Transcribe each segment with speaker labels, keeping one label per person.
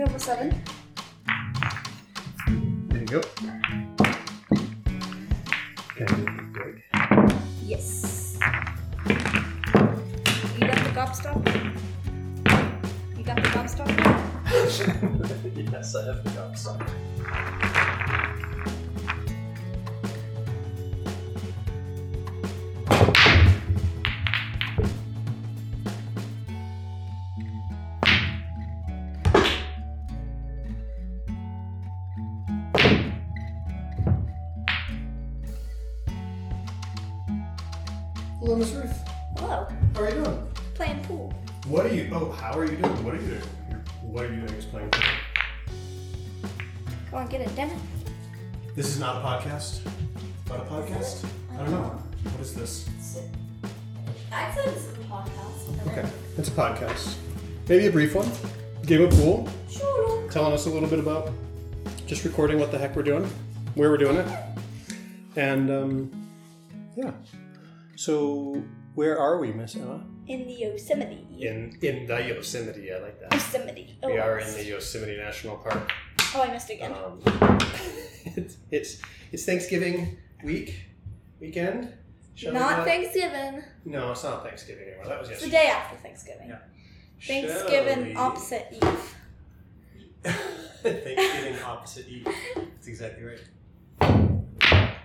Speaker 1: Uh, seven.
Speaker 2: There you go. Kind of big.
Speaker 1: Yes. You got the gobstopper? You got the gobstopper?
Speaker 3: yes, I have got some.
Speaker 2: Hello, Miss Ruth.
Speaker 1: Hello.
Speaker 2: How are you doing?
Speaker 1: Playing pool.
Speaker 2: What are you? Oh, how are you doing? What are you doing? What are you doing? Is playing. pool.
Speaker 1: Go on, get it, damn it.
Speaker 2: This is not a podcast. Not a podcast. I don't know. What is this?
Speaker 4: I said this is a podcast.
Speaker 2: Okay, it's a podcast. Maybe a brief one. Game of pool.
Speaker 4: Sure.
Speaker 2: telling us a little bit about just recording what the heck we're doing, where we're doing it, and um, yeah. So where are we, Miss Emma?
Speaker 1: In the Yosemite.
Speaker 2: In in the Yosemite. I like that.
Speaker 1: Yosemite. Oh,
Speaker 2: We are in the Yosemite National Park.
Speaker 1: Oh, I missed again.
Speaker 2: Um, it's, it's it's Thanksgiving week weekend. Shall we
Speaker 1: Not
Speaker 2: not-
Speaker 1: Thanksgiving.
Speaker 2: No, it's not Thanksgiving anymore. That was
Speaker 1: It's the
Speaker 2: yesterday.
Speaker 1: day after Thanksgiving.
Speaker 2: Yeah. Shall
Speaker 1: Thanksgiving
Speaker 2: we-
Speaker 1: opposite Eve.
Speaker 2: Thanksgiving opposite Eve. That's exactly right.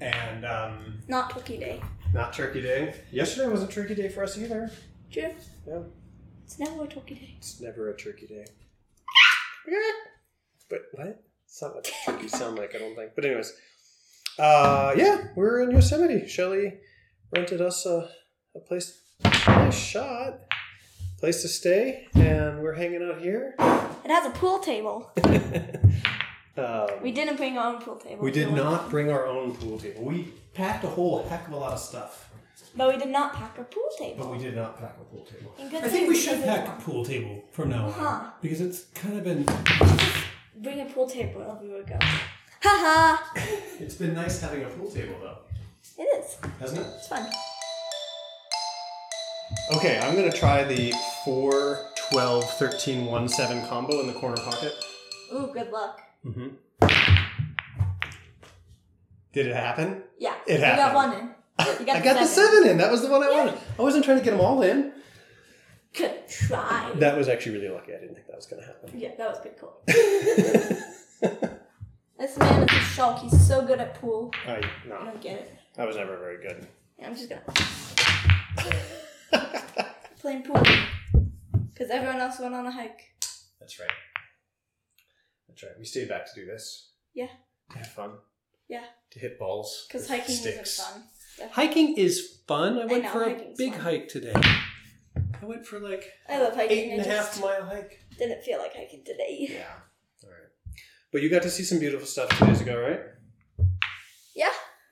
Speaker 2: And um,
Speaker 1: Not Turkey Day.
Speaker 2: Not Turkey Day. Yesterday wasn't Turkey Day for us either.
Speaker 1: True.
Speaker 2: Yeah.
Speaker 1: It's never a Turkey Day.
Speaker 2: It's never a Turkey Day. But what? It's not what turkeys sound like, I don't think. But anyways, uh, yeah, we're in Yosemite. Shelly rented us a, a place, nice shot, place to stay, and we're hanging out here.
Speaker 1: It has a pool table.
Speaker 2: Um,
Speaker 1: We didn't bring our own pool table.
Speaker 2: we did
Speaker 1: No.
Speaker 2: not bring our own pool table. We packed a whole heck of a lot of stuff,
Speaker 1: But we did not pack a pool
Speaker 2: but
Speaker 1: table.
Speaker 2: we did not pack a pool table.
Speaker 1: And good
Speaker 5: I
Speaker 1: thing
Speaker 5: think we
Speaker 1: because
Speaker 5: should
Speaker 1: it's
Speaker 5: pack
Speaker 1: not.
Speaker 5: a pool table from now
Speaker 1: Uh-huh.
Speaker 5: on because it's kind of been.
Speaker 1: Bring a pool table everywhere we go. Haha!
Speaker 2: It's been nice having a pool table, though,
Speaker 1: It is.
Speaker 2: hasn't it?
Speaker 1: It's fun.
Speaker 2: Okay, I'm gonna try the 4, 12, 13, 1, 7 combo in the corner pocket.
Speaker 1: Ooh, good luck.
Speaker 2: Mm-hmm. Did it happen?
Speaker 1: Yeah.
Speaker 2: It
Speaker 1: you got
Speaker 2: happened.
Speaker 1: one in. You got
Speaker 2: I got the 7 in. That was the one I wanted. I wasn't trying to get them all in.
Speaker 1: Good try.
Speaker 2: That was actually really lucky. I didn't think that was gonna happen.
Speaker 1: Yeah, that was pretty cool. this man is a shark. He's so good at pool.
Speaker 2: I,
Speaker 1: I
Speaker 2: no,
Speaker 1: don't get it.
Speaker 2: I was never very good.
Speaker 1: Yeah, I'm just gonna playing pool because everyone else went on a hike.
Speaker 2: That's right. That's right. We stayed back to do this.
Speaker 1: Yeah.
Speaker 2: To have fun.
Speaker 1: Yeah.
Speaker 2: To hit balls.
Speaker 1: Because
Speaker 2: with
Speaker 1: hiking
Speaker 2: sticks.
Speaker 1: isn't fun.
Speaker 5: Hiking is fun. I went
Speaker 1: know,
Speaker 5: for a
Speaker 1: hiking's
Speaker 5: big
Speaker 1: fun.
Speaker 5: hike today. I went for like
Speaker 1: I love hiking.
Speaker 5: eight and a
Speaker 1: I just
Speaker 5: half mile hike.
Speaker 1: didn't feel like hiking today.
Speaker 2: Yeah. All right. But you got to see some beautiful stuff two days ago, right?
Speaker 1: Yeah.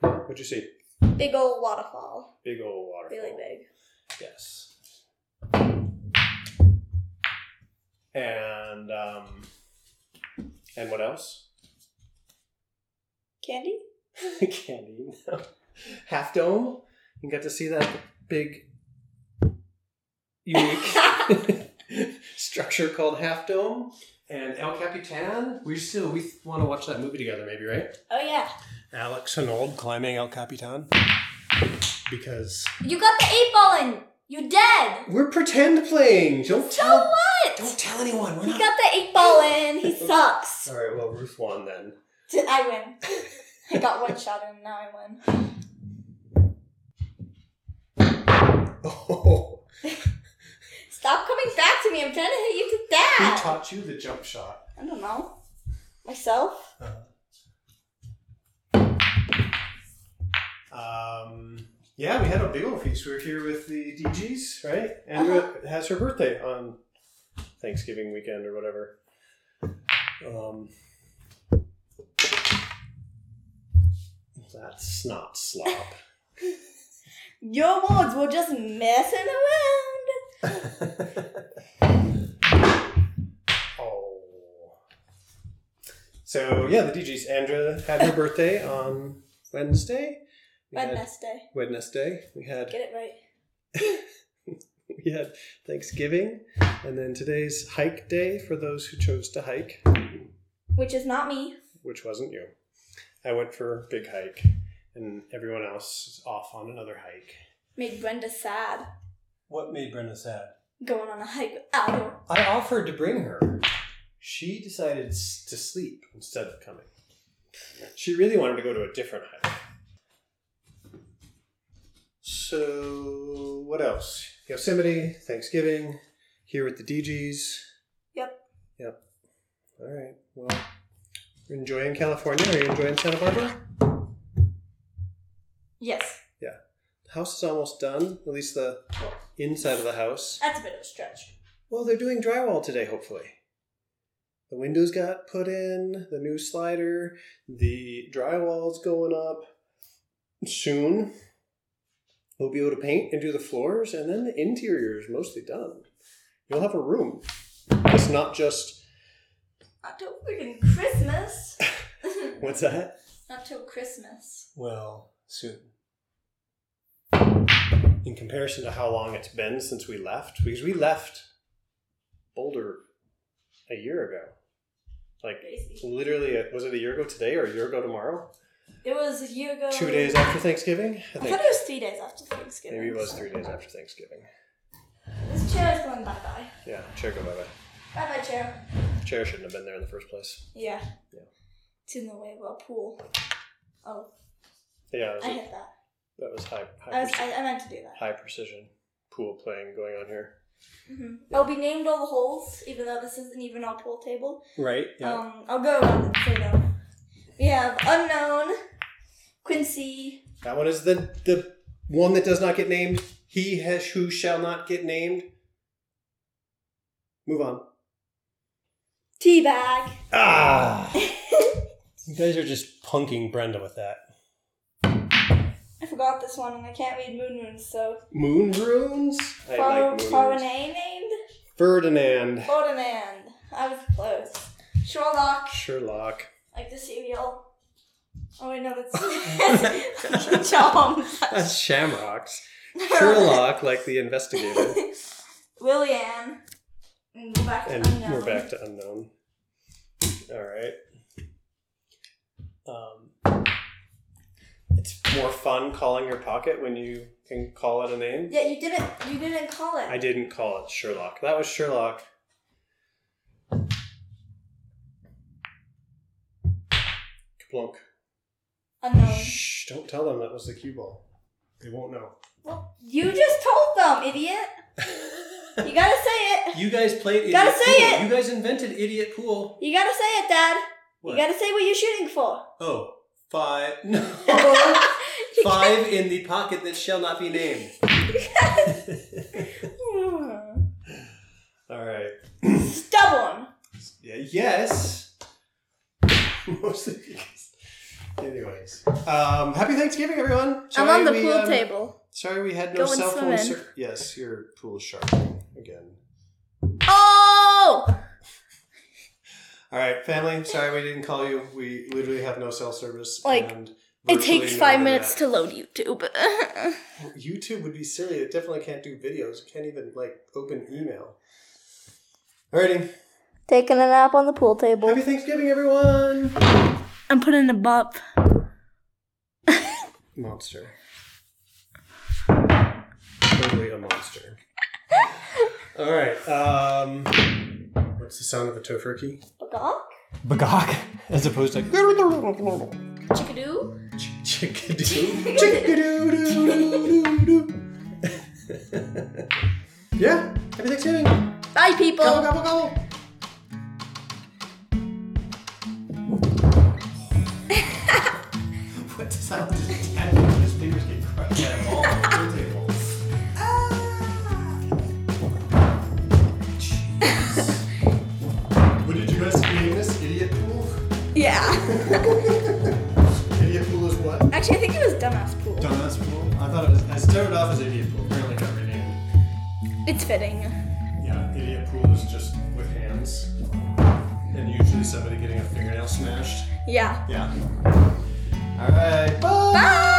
Speaker 2: What'd you see?
Speaker 1: Big old waterfall.
Speaker 2: Big old waterfall.
Speaker 1: Really big.
Speaker 2: Yes. And um, and what else?
Speaker 1: Candy?
Speaker 2: Candy. Half dome. You got to see that big, unique structure called Half Dome. And El Capitan. We still we want to watch that movie together, maybe, right?
Speaker 1: Oh yeah.
Speaker 2: Alex Hanold climbing El Capitan. Because
Speaker 1: You got the eight ball in. You dead.
Speaker 2: we're pretend playing. Don't
Speaker 1: So
Speaker 2: tell.
Speaker 1: what?
Speaker 2: Don't tell anyone. We're
Speaker 1: He
Speaker 2: not.
Speaker 1: got the eight ball in. He sucks.
Speaker 2: All right. Well, Ruth won then.
Speaker 1: I win. I got one shot and now I win.
Speaker 2: Oh.
Speaker 1: Stop coming back to me. I'm trying to hit you to
Speaker 2: Who
Speaker 1: death.
Speaker 2: taught you the jump shot?
Speaker 1: I don't know. Myself?
Speaker 2: Um. Yeah, we had a big old feast. We were here with the DGs, right? Andrew has her birthday on Thanksgiving weekend or whatever. Um. That's not slop.
Speaker 1: Your words were just messing around.
Speaker 2: oh. So yeah, the DGs. Andrea had her birthday on Wednesday. We had
Speaker 1: Wednesday.
Speaker 2: Wednesday. We had
Speaker 1: Get it right.
Speaker 2: we we had Thanksgiving, and then today's hike day for those who chose to hike,
Speaker 1: Which is not me.
Speaker 2: which wasn't you. I went for big hike, and everyone else is off on another hike.
Speaker 1: Made Brenda sad
Speaker 5: What made Brenda sad?
Speaker 1: going on a hike with Albert.
Speaker 5: I offered to bring her. She decided s- to sleep.
Speaker 2: instead of coming. She really wanted to go to a different hike. So, what else? Yosemite, Thanksgiving, here with the DGs.
Speaker 6: Yep.
Speaker 2: Yep. All right. Well, you're enjoying California. Are you enjoying Santa Barbara?
Speaker 1: Yes.
Speaker 2: The house is almost done, at least the inside of the house.
Speaker 1: That's a bit of a stretch.
Speaker 2: Well, they're doing drywall today, hopefully. The windows got put in, the new slider, the drywall's going up soon. We'll be able to paint and do the floors, and then the interior is mostly done. You'll have a room. It's not just,
Speaker 1: Not till freaking Christmas.
Speaker 2: what's that?
Speaker 1: not till Christmas.
Speaker 2: Well, soon. In comparison to how long it's been since we left, because we left Boulder a year ago. Like,
Speaker 1: Crazy.
Speaker 2: literally uh, was it a year ago today or a year ago tomorrow
Speaker 1: It was a year ago.
Speaker 2: two days after thanksgiving i
Speaker 1: Um, I
Speaker 2: think
Speaker 1: thought it was three days after Thanksgiving.
Speaker 2: maybe it was three days after thanksgiving
Speaker 1: This chair is going bye bye.
Speaker 2: yeah chair go bye-bye
Speaker 1: Bye bye, chair.
Speaker 2: chair shouldn't have been there in the first place
Speaker 1: Yeah.
Speaker 2: Yeah.
Speaker 1: It's in the way of our pool. Oh,
Speaker 2: yeah it was
Speaker 1: I
Speaker 2: a-
Speaker 1: hit that.
Speaker 2: that was high high,
Speaker 1: I, was,
Speaker 2: preci-
Speaker 1: I, I meant to do that.
Speaker 2: high precision pool playing going on here
Speaker 1: hmm
Speaker 2: Mm-hmm.
Speaker 1: I'll be named all the holes, even though this isn't even our pool table.
Speaker 2: right
Speaker 1: Um, I'll go around and say them. We have unknown, Quincy,
Speaker 2: that one is the the one that does not get named he has who shall not get named move on
Speaker 1: Teabag.
Speaker 2: ah you guys are just punking brenda with that
Speaker 1: I forgot this one, and I can't read Moon Moon, so
Speaker 2: moon runes i
Speaker 1: Far-
Speaker 2: like moon
Speaker 1: Farnay
Speaker 2: runes.
Speaker 1: named
Speaker 2: ferdinand
Speaker 1: Ferdinand. I was close. Sherlock,
Speaker 2: Sherlock.
Speaker 1: like the cereal. Oh wait, no, that's Chomp.
Speaker 2: That's Shamrocks. Sherlock, like the investigator.
Speaker 1: Willian. And we're Mm, back to
Speaker 2: And
Speaker 1: unknown.
Speaker 2: we're back to unknown. All right. Um, it's more fun calling your pocket when you can call it a name.
Speaker 1: Yeah, you didn't. You didn't call it.
Speaker 2: I didn't call it Sherlock. That was Sherlock. Kaplunk.
Speaker 1: unknown.
Speaker 2: Shh, don't tell them that was the cue ball. They won't know.
Speaker 1: Well, you just told them, idiot. You gotta say it.
Speaker 5: You guys played.
Speaker 1: Gotta
Speaker 5: idiot
Speaker 1: say
Speaker 5: pool.
Speaker 1: it!
Speaker 5: You guys invented idiot pool.
Speaker 1: You gotta say it, Dad.
Speaker 5: What?
Speaker 1: You gotta say what you're shooting for.
Speaker 5: oh, five. No.
Speaker 1: You
Speaker 5: five in the pocket that shall not be named.
Speaker 1: gotta-
Speaker 2: All right.
Speaker 1: Stubborn.
Speaker 2: Yeah, yes. Mostly because. Anyways, um, happy Thanksgiving, everyone. Sorry we, um,
Speaker 1: table.
Speaker 2: Sorry, we had no
Speaker 1: Go and
Speaker 2: cell
Speaker 1: swim
Speaker 2: phone.
Speaker 1: in.
Speaker 2: Ser- yes, your pool is sharp again.
Speaker 1: Oh!
Speaker 2: All right, family. Sorry we didn't call you. We literally have no cell service.
Speaker 1: Like,
Speaker 2: and
Speaker 1: It takes
Speaker 2: virtually no
Speaker 1: five minutes to load
Speaker 2: internet.
Speaker 1: YouTube.
Speaker 2: YouTube would be silly. It definitely can't do videos. It can't even like open email. Alrighty.
Speaker 1: Taking a nap on the pool table.
Speaker 2: Happy Thanksgiving, everyone.
Speaker 1: I'm putting a bop.
Speaker 2: Monster. Totally a monster. All right. Um, what's the sound of a tofurkey?
Speaker 1: Bagok?
Speaker 2: Bagok, as opposed to chickadoo,
Speaker 1: Chickadoo?
Speaker 2: chickadoo, doo, doo, doo. Yeah. Happy Thanksgiving. Gobble
Speaker 1: Bye, people!
Speaker 2: gobble gobble.
Speaker 3: What does that do? His fingers get crushed at all the table. Jeez. what did you guys name this? Idiot pool?
Speaker 1: Yeah.
Speaker 3: Idiot pool is what?
Speaker 1: Actually, I think it was dumbass pool.
Speaker 3: Dumbass pool? I thought it was. I started off as idiot pool. Apparently got renamed.
Speaker 1: It's fitting.
Speaker 3: Yeah, idiot pool is just with hands. And usually somebody getting a fingernail smashed.
Speaker 1: Yeah.
Speaker 3: Yeah. Alright.
Speaker 1: Bye!